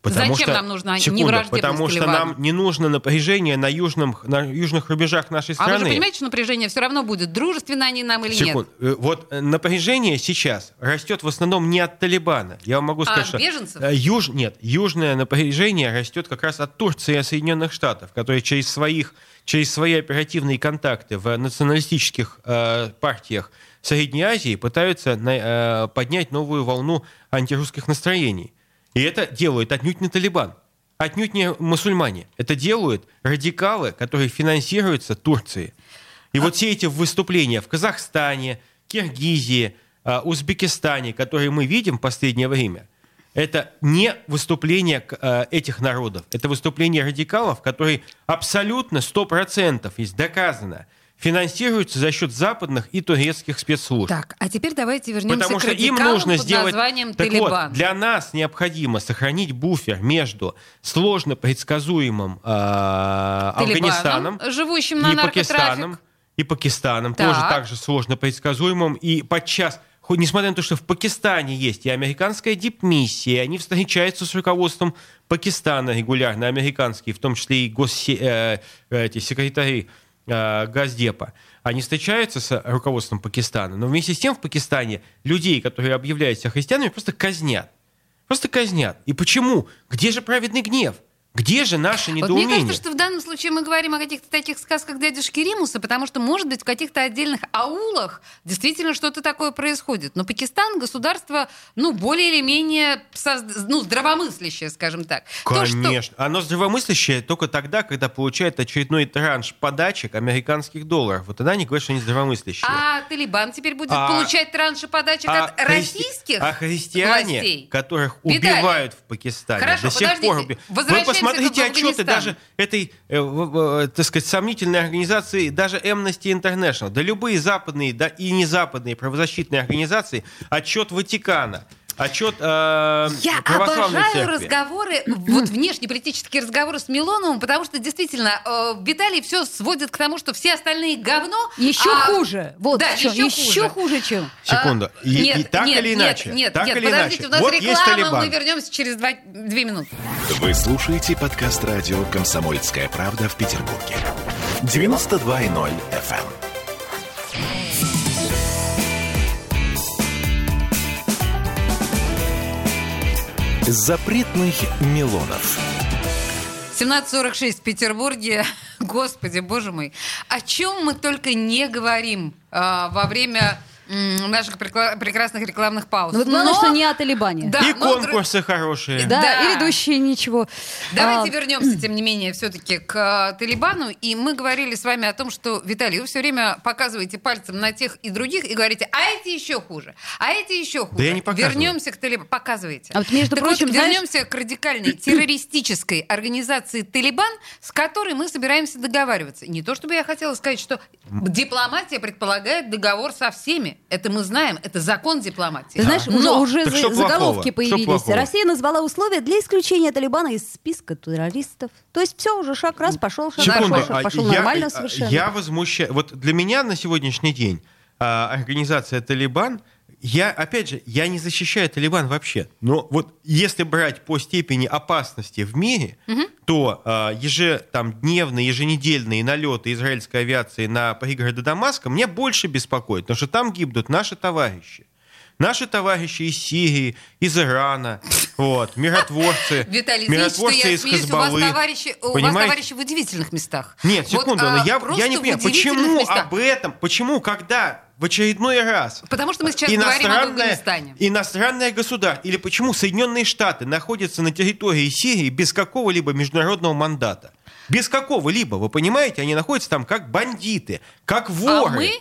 B: Потому
A: Зачем
B: что-
A: нам нужна
B: секунду,
A: невраждебность
B: Потому что
A: Ливану?
B: нам не нужно напряжение на, южном, на южных рубежах нашей
A: А
B: страны.
A: вы же понимаете, что напряжение все равно будет, дружественно они нам или нет?
B: Секунд. Э, Вот э, напряжение сейчас растет в основном не от Талибана. Я вам могу
A: А,
B: сказать,
A: от
B: что
A: беженцев?
B: э, юж... нет, южное напряжение растет как раз от Турции и от Соединенных Штатов, которые через своих через свои оперативные контакты в националистических э, партиях Средней Азии пытаются на- э, поднять новую волну антирусских настроений. И это делают отнюдь не Талибан, отнюдь не мусульмане. Это делают радикалы, которые финансируются Турцией. И вот все эти выступления в Казахстане, Киргизии, а, Узбекистане, которые мы видим в последнее время, это не выступление к- а, этих народов, это выступление радикалов, которые абсолютно 100% есть доказано, финансируются за счет западных и турецких спецслужб.
A: Так, а теперь давайте вернемся
B: Потому
A: к
B: что им
A: радикалам
B: нужно
A: под
B: сделать...
A: названием
B: Так вот,
A: «Талибан».
B: для нас необходимо сохранить буфер между сложно предсказуемым э, Афганистаном
A: живущим на
B: и Пакистаном,
A: наркотрафик.
B: и Пакистаном
A: Так.
B: тоже также сложно предсказуемым. И подчас, хоть несмотря на то, что в Пакистане есть и американская дипмиссия, и они встречаются с руководством Пакистана регулярно, американские, в том числе и госсе, э, э, эти секретари э, Газдепа. Они встречаются с руководством Пакистана, но вместе с тем в Пакистане людей, которые объявляются христианами, просто казнят. Просто казнят. И почему? Где же праведный гнев? Где же наше
A: Вот
B: недоумение?
A: мне кажется, что в данном случае мы говорим о каких-то таких сказках дядюшки Римуса, потому что, может быть, в каких-то отдельных аулах действительно что-то такое происходит. Но Пакистан государство, ну, более или менее соз- ну, здравомыслящее, скажем так. То, что-
B: Конечно. Оно здравомыслящее только тогда, когда получает очередной транш подачек американских долларов. Вот тогда они говорят, что они здравомыслящие.
A: А Талибан теперь будет
B: А-
A: получать транши подачек от
B: христи-
A: российских
B: а христиане,
A: властей?
B: которых
A: Виталий,
B: убивают в Пакистане,
A: хорошо,
B: до сих
A: подождите,
B: пор уби- Вы
A: возвращаемся
B: посмотрите
A: к
B: отчеты
A: Афганистану.
B: даже этой, э, в- в- э, так сказать, сомнительной организации, даже Amnesty International, да любые западные, да и незападные правозащитные организации, отчет Ватикана, отчет э,
A: Я
B: православной
A: обожаю
B: церкви.
A: разговоры, вот внешнеполитические разговоры с Милоновым, потому что действительно э, Виталий все сводит к тому, что все остальные говно.
C: Еще
A: а-
C: хуже. Вот
A: да,
C: в чём.
A: еще
C: Еще хуже, чем.
B: Секунду.
A: А,
B: И,
A: нет,
B: и так
A: нет,
B: или
A: нет,
B: иначе?
A: Нет,
B: так
A: нет,
B: или
A: подождите,
B: иначе?
A: у нас
B: вот есть
A: реклама,
B: Талибан.
A: мы вернемся через два, две минуты.
E: Вы слушаете подкаст радио «Комсомольская правда» в Петербурге. 92.0 FM. Запретных Милонов.
A: 17.46 в Петербурге. Господи, боже мой. О чем мы только не говорим а, во время м, наших прекла- прекрасных рекламных пауз.
C: Но Ну, вот главное, что не о Талибане.
A: Да,
B: И
A: но дру-
B: конкурсы хорошие.
C: Да,
A: Да.
C: и ведущие ничего.
A: Давайте
C: А,
A: вернемся, тем не менее, все-таки к э, Талибану. И мы говорили с вами о том, что, Виталий, вы все время показываете пальцем на тех и других и говорите, а эти еще хуже, а эти еще хуже.
B: я не показываю.
A: Вернемся к Талибану. Показываете.
C: А вот, между
A: Так
C: прочим,
A: вот,
C: знаешь-
A: вернемся к радикальной террористической организации «Талибан», с которой мы собираемся договариваться. Не то чтобы я хотела сказать, что дипломатия предполагает договор со всеми. Это мы знаем, это закон дипломатии.
C: Ты знаешь, уже-
A: Но-
C: уже
B: Так
C: за-
B: что плохого?
C: заголовки
B: Что
C: появились.
B: плохого?
C: Россия назвала условия для исключения Талибана из списка террористов. То есть все, уже шаг раз пошел, шаг
B: Секунду,
C: пошел, шаг
B: а
C: пошел
B: я-
C: нормально
B: а,
C: совершенно.
B: Я возмущаюсь. Вот для меня на сегодняшний день а, организация «Талибан» я, опять же, я не защищаю Талибан вообще. Но вот если брать по степени опасности в мире, то э, еже, там, дневные, еженедельные налеты израильской авиации на пригороды Дамаска меня больше беспокоит, потому что там гибнут наши товарищи. Наши товарищи из Сирии, из Ирана, вот, миротворцы,
A: Виталий, извините, что
B: миротворцы
A: я
B: из
A: смеюсь, у вас,
B: Хазбаллы.
A: товарищи, у вас
B: Понимаете?
A: товарищи в удивительных местах.
B: Нет,
A: Вот,
B: секунду,
A: а,
B: но я, я
A: просто
B: не
A: в
B: понимаю,
A: удивительных
B: почему
A: местах.
B: об этом, почему, когда в очередной раз
A: Потому что мы сейчас говорим о Афганистане.
B: иностранное государство, или почему Соединенные Штаты находятся на территории Сирии без какого-либо международного мандата? Без какого-либо, вы понимаете, они находятся там как бандиты, как
A: А
B: воры.
A: мы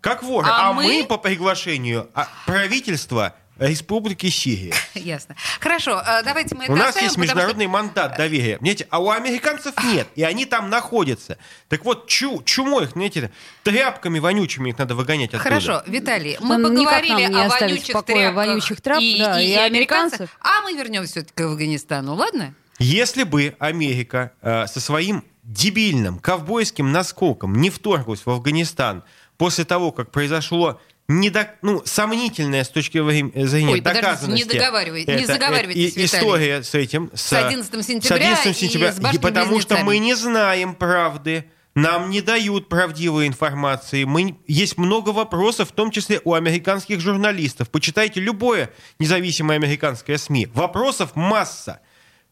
B: Как воры.
A: А
B: А,
A: мы-
B: мы... по приглашению а, правительства Республики Сирия.
A: Ясно. Хорошо, а, давайте мы это
B: У нас
A: оставим,
B: есть
A: потому что-
B: международный мандат доверия, понимаете, а у американцев нет, и они там находятся. Так вот, чу, чумой их, знаете, тряпками вонючими их надо выгонять оттуда.
A: Хорошо, Виталий, мы
C: Вам никак
A: поговорили
C: нам не
A: о
C: оставить в
A: вонючих
C: покое
A: тряпках
C: вонючих тряп,
A: и,
C: да,
A: и
C: и американцев.
A: американцев, а мы вернемся все-таки к Афганистану, ладно?
B: Если бы Америка э, со своим дебильным ковбойским наскоком не вторглась в Афганистан после того, как произошло недо- ну, сомнительное с точки зрения
A: Ой, подождите,
B: доказанности.
A: не договаривай- не
B: Это- э,
A: заговаривайтесь,
B: и- и-
A: Виталий.
B: История с этим.
A: С 11 сентября и с башнями-близнецами.
B: потому что мы не знаем правды. Нам не дают правдивой информации. Мы, не- есть много вопросов, в том числе у американских журналистов. Почитайте любое независимое американское СМИ. Вопросов масса.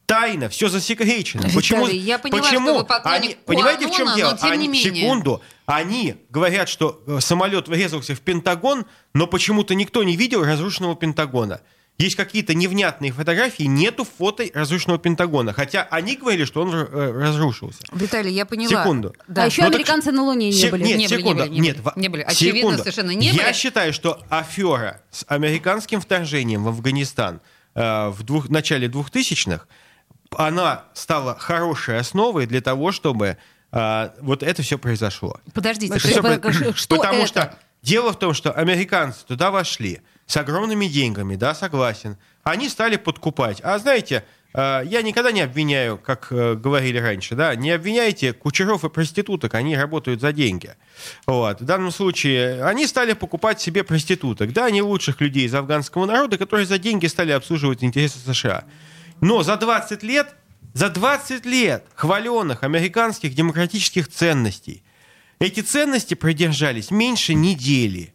B: Тайна, все засекречено.
A: Виталий,
B: почему,
A: я поняла,
B: почему
A: что вы поклонник
B: они, понимаете, в
A: Куанона,
B: чем дело?
A: но тем не
B: Они-
A: менее.
B: Секунду. Они говорят, что э, самолет врезался в Пентагон, но почему-то никто не видел разрушенного Пентагона. Есть какие-то невнятные фотографии, нету фото разрушенного Пентагона. Хотя они говорили, что он э, разрушился.
A: Виталий, я поняла.
B: Секунду.
A: Да.
C: А еще
B: Ну, так
C: американцы на Луне не
B: Се-
C: были.
B: Нет,
A: Не были, не
B: секунду.
A: были, не
B: нет,
A: были.
B: во-
A: Не были. Очевидно,
B: секунду.
A: совершенно не
B: Я
A: были.
B: считаю, что афера с американским вторжением в Афганистан э, в двух, начале 2000-х, она стала хорошей основой для того, чтобы э, вот это все произошло.
A: Подождите,
B: Это
C: Что-
B: всё
C: по-
B: про-
C: что
B: потому
C: это?
B: что дело в том, что американцы туда вошли с огромными деньгами, да, согласен. Они стали подкупать. А знаете, э, я никогда не обвиняю, как э, говорили раньше, да, не обвиняйте кучеров и проституток, они работают за деньги. Вот. В данном случае они стали покупать себе проституток, да, не лучших людей из афганского народа, которые за деньги стали обслуживать интересы США. Но за 20 лет, за 20 лет хваленых американских демократических ценностей эти ценности продержались меньше недели.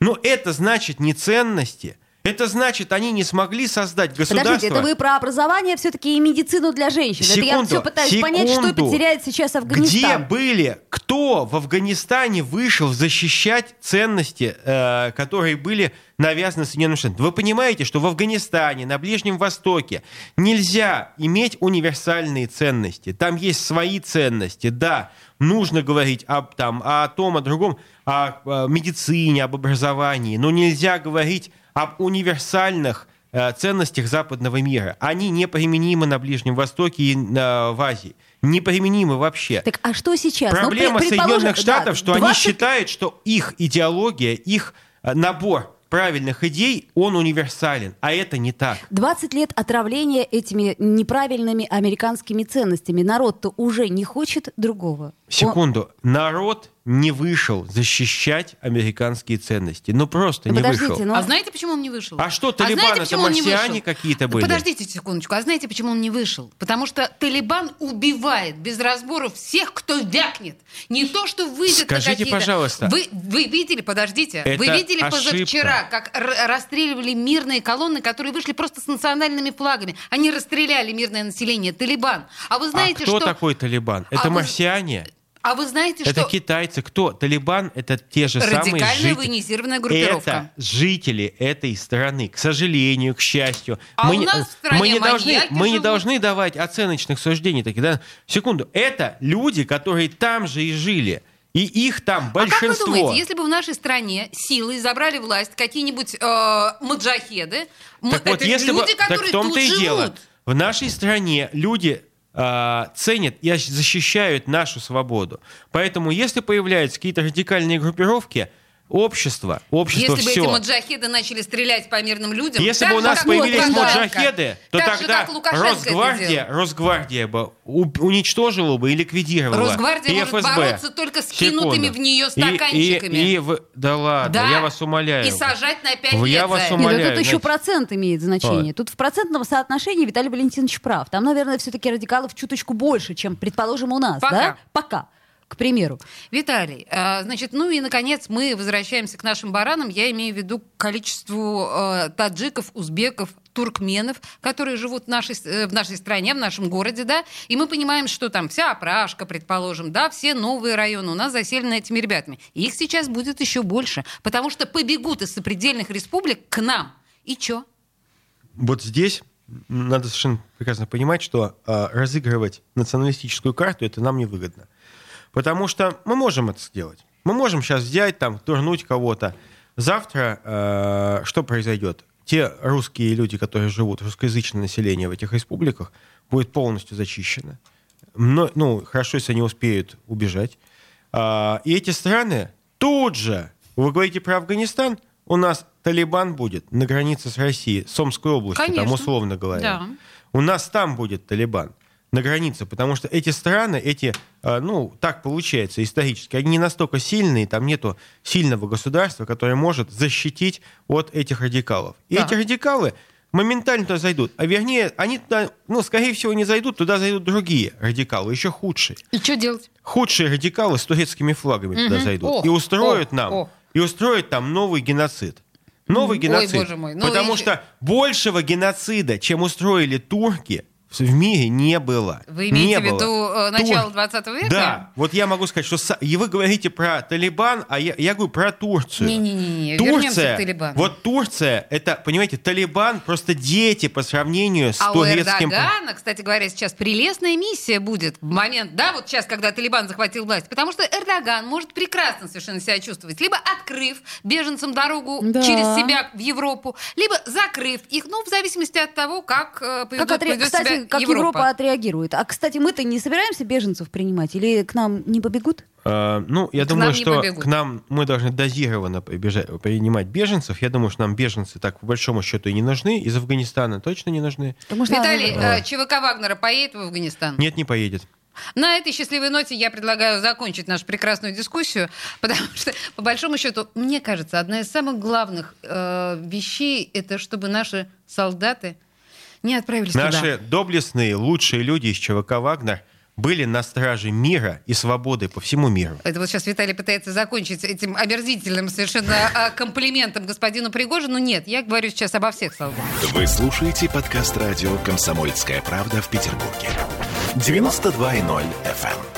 B: Но это значит не ценности. Это значит, они не смогли создать государство.
C: Подождите, это вы про образование все-таки и медицину для женщин. это я
B: Секунду,
C: все пытаюсь понять, что
B: секунду.
C: потеряет сейчас
B: Где
C: Афганистан.
B: были, кто в Афганистане вышел защищать ценности, э, которые были навязаны Соединенным Штатам? Вы понимаете, что в Афганистане, на Ближнем Востоке нельзя иметь универсальные ценности. Там есть свои ценности, да. Нужно говорить об, там, о том, о другом, о, э, медицине, об образовании, но нельзя говорить об универсальных э, ценностях западного мира. Они неприменимы на Ближнем Востоке и на- в Азии. Неприменимы вообще.
C: Так а что сейчас? Ну,
B: Проблема
C: пре- предположим,
B: Соединенных Штатов,
C: да,
B: что
C: 20
B: они считают, что их идеология, их э, набор правильных идей, он универсален. А это не так.
C: 20 лет отравления этими неправильными американскими ценностями. Народ-то уже не хочет другого. Он-
B: Секунду. Народ не вышел защищать американские ценности. Ну просто
C: Ну,
B: не
C: подождите,
B: вышел.
C: ну,
A: А знаете, почему он не вышел?
B: А что, талибаны,
A: знаете,
B: это
A: почему он не
B: марсиане
A: вышел?
B: какие-то
A: Да
B: были?
A: Подождите секундочку. А знаете, почему он не вышел? Потому что Талибан убивает без разборов всех, кто вякнет. Не то, что выйдет
B: Скажите,
A: на какие-то-
B: пожалуйста.
A: Вы, вы видели, подождите,
B: Это
A: вы видели
B: ошибка.
A: позавчера, как р- расстреливали мирные колонны, которые вышли просто с национальными флагами. Они расстреляли мирное население, Талибан. А вы знаете,
B: а кто
A: что...
B: такой Талибан?
A: А
B: Это
A: вы-
B: марсиане?
A: А вы знаете,
B: Это
A: что...
B: китайцы. Кто? Талибан это те же самые
A: Радикальная
B: жители.
A: военизированная группировка.
B: Это жители этой страны, к сожалению, к счастью.
A: А у
B: не-
A: нас в стране
B: мы не должны,
A: маньяки
B: мы не
A: живут.
B: должны давать оценочных суждений таких. Да? Секунду. Это люди, которые там же и жили. И их
A: А
B: там
A: как
B: большинство.
A: вы думаете, если бы в нашей стране силой забрали власть какие-нибудь э, маджахеды, м-
B: Так вот,
A: это
B: если бы-
A: люди,
B: так
A: которые
B: в том-то
A: тут
B: и
A: живут.
B: дело. В нашей стране люди а, ценят и ощ- защищают нашу свободу. Поэтому, если появляются какие-то радикальные группировки, общество, общество
A: Если бы
B: все.
A: эти маджахеды начали стрелять по мирным людям,
B: Если
A: так
B: бы у
A: же,
B: нас
A: как
B: появились
A: Лукашенко.
B: моджахеды, то
A: Так же,
B: тогда
A: как Лукашенко это
B: Росгвардия,
A: делал.
B: Росгвардия бы у- уничтожила бы и ликвидировала
A: Росгвардия
B: и
A: может
B: ФСБ.
A: бороться только с кинутыми
B: Секунду.
A: в нее
B: И- и-
A: стаканчиками.
B: И, в- да ладно,
A: Да.
B: я вас умоляю.
A: И сажать на пять
B: Я
A: лет за
B: вас
A: это.
C: Нет, ну
B: умоляю,
C: тут еще
B: знаете.
C: процент имеет значение.
B: Ой.
C: Тут в процентном соотношении Виталий Валентинович прав. Там, наверное, все-таки радикалов чуточку больше, чем, предположим, у нас,
A: Пока.
C: да? Пока. К примеру.
A: Виталий, а, значит, ну и, наконец, мы возвращаемся к нашим баранам. Я имею в виду к количеству э, таджиков, узбеков, туркменов, которые живут в нашей, с- э, в нашей стране, в нашем городе, да, и мы понимаем, что там вся опрашка, предположим, да, все новые районы у нас заселены этими ребятами. И их сейчас будет еще больше, потому что побегут из сопредельных республик к нам. И чё?
B: Вот здесь надо совершенно прекрасно понимать, что а, разыгрывать националистическую карту это нам невыгодно. Потому что мы можем это сделать. Мы можем сейчас взять, там, турнуть кого-то. Завтра э, что произойдет? Те русские люди, которые живут, русскоязычное население в этих республиках, будет полностью зачищено. Мно- ну, хорошо, если они успеют убежать. А, и эти страны тут же, вы говорите про Афганистан, у нас Талибан будет на границе с Россией, с Омской областью, там,
A: Конечно.
B: условно говоря.
A: Да.
B: У нас там будет Талибан на границе, потому что эти страны, эти, э, ну, так получается исторически, они не настолько сильные, там нету сильного государства, которое может защитить от этих радикалов. И
A: Да.
B: эти радикалы моментально туда зайдут. А вернее, они туда, ну, скорее всего, не зайдут, туда зайдут другие радикалы, еще худшие.
A: И что делать?
B: Худшие радикалы с турецкими флагами туда
A: Мгм.
B: зайдут.
A: О,
B: и устроят
A: о,
B: нам,
A: о.
B: и устроят там новый геноцид. Новый
A: Ой,
B: геноцид.
A: боже мой. Ну
B: потому
A: и-
B: что большего геноцида, чем устроили турки, в в мире не было.
A: Вы имеете
B: Не
A: в виду
B: было.
A: э, начало
B: Тур-
A: 20 века?
B: Да, вот я могу сказать, что са- и вы говорите про Талибан, а я, я говорю про Турцию.
A: Не-не-не, вернемся
B: Турция,
A: к Талибану.
B: вот Турция, это, понимаете, Талибан просто дети по сравнению с
A: А у
B: турецким...
A: Эрдогана, кстати говоря, сейчас прелестная миссия будет в момент, да, вот сейчас, когда Талибан захватил власть, потому что Эрдоган может прекрасно совершенно себя чувствовать, либо открыв беженцам дорогу
C: Да.
A: через себя в Европу, либо закрыв их, ну, в зависимости от того, как э, поведет,
C: Как отре-
A: поведет
C: Кстати,
A: себя
C: как Европа.
A: Европа.
C: отреагирует. А, кстати, мы-то не собираемся беженцев принимать? Или к нам не побегут?
B: Э, ну, я
A: К
B: думаю,
A: нам не
B: что
A: побегут.
B: к нам мы должны дозированно побежа- принимать беженцев. Я думаю, что нам беженцы так по большому счету и не нужны. Из Афганистана точно не нужны.
C: Потому что-
A: Виталий,
C: А,
A: э, ЧВК Вагнера поедет в Афганистан?
B: Нет, не поедет.
A: На этой счастливой ноте я предлагаю закончить нашу прекрасную дискуссию, потому что, по большому счету, мне кажется, одна из самых главных э, вещей это чтобы наши солдаты не отправились туда.
B: Наши доблестные, лучшие люди из ЧВК «Вагнер» были на страже мира и свободы по всему миру.
A: Это вот сейчас Виталий пытается закончить этим омерзительным совершенно э, комплиментом господину Пригожину. Нет, я говорю сейчас обо всех солдатах.
E: Вы слушаете подкаст радио «Комсомольская правда» в Петербурге. 92.0 FM.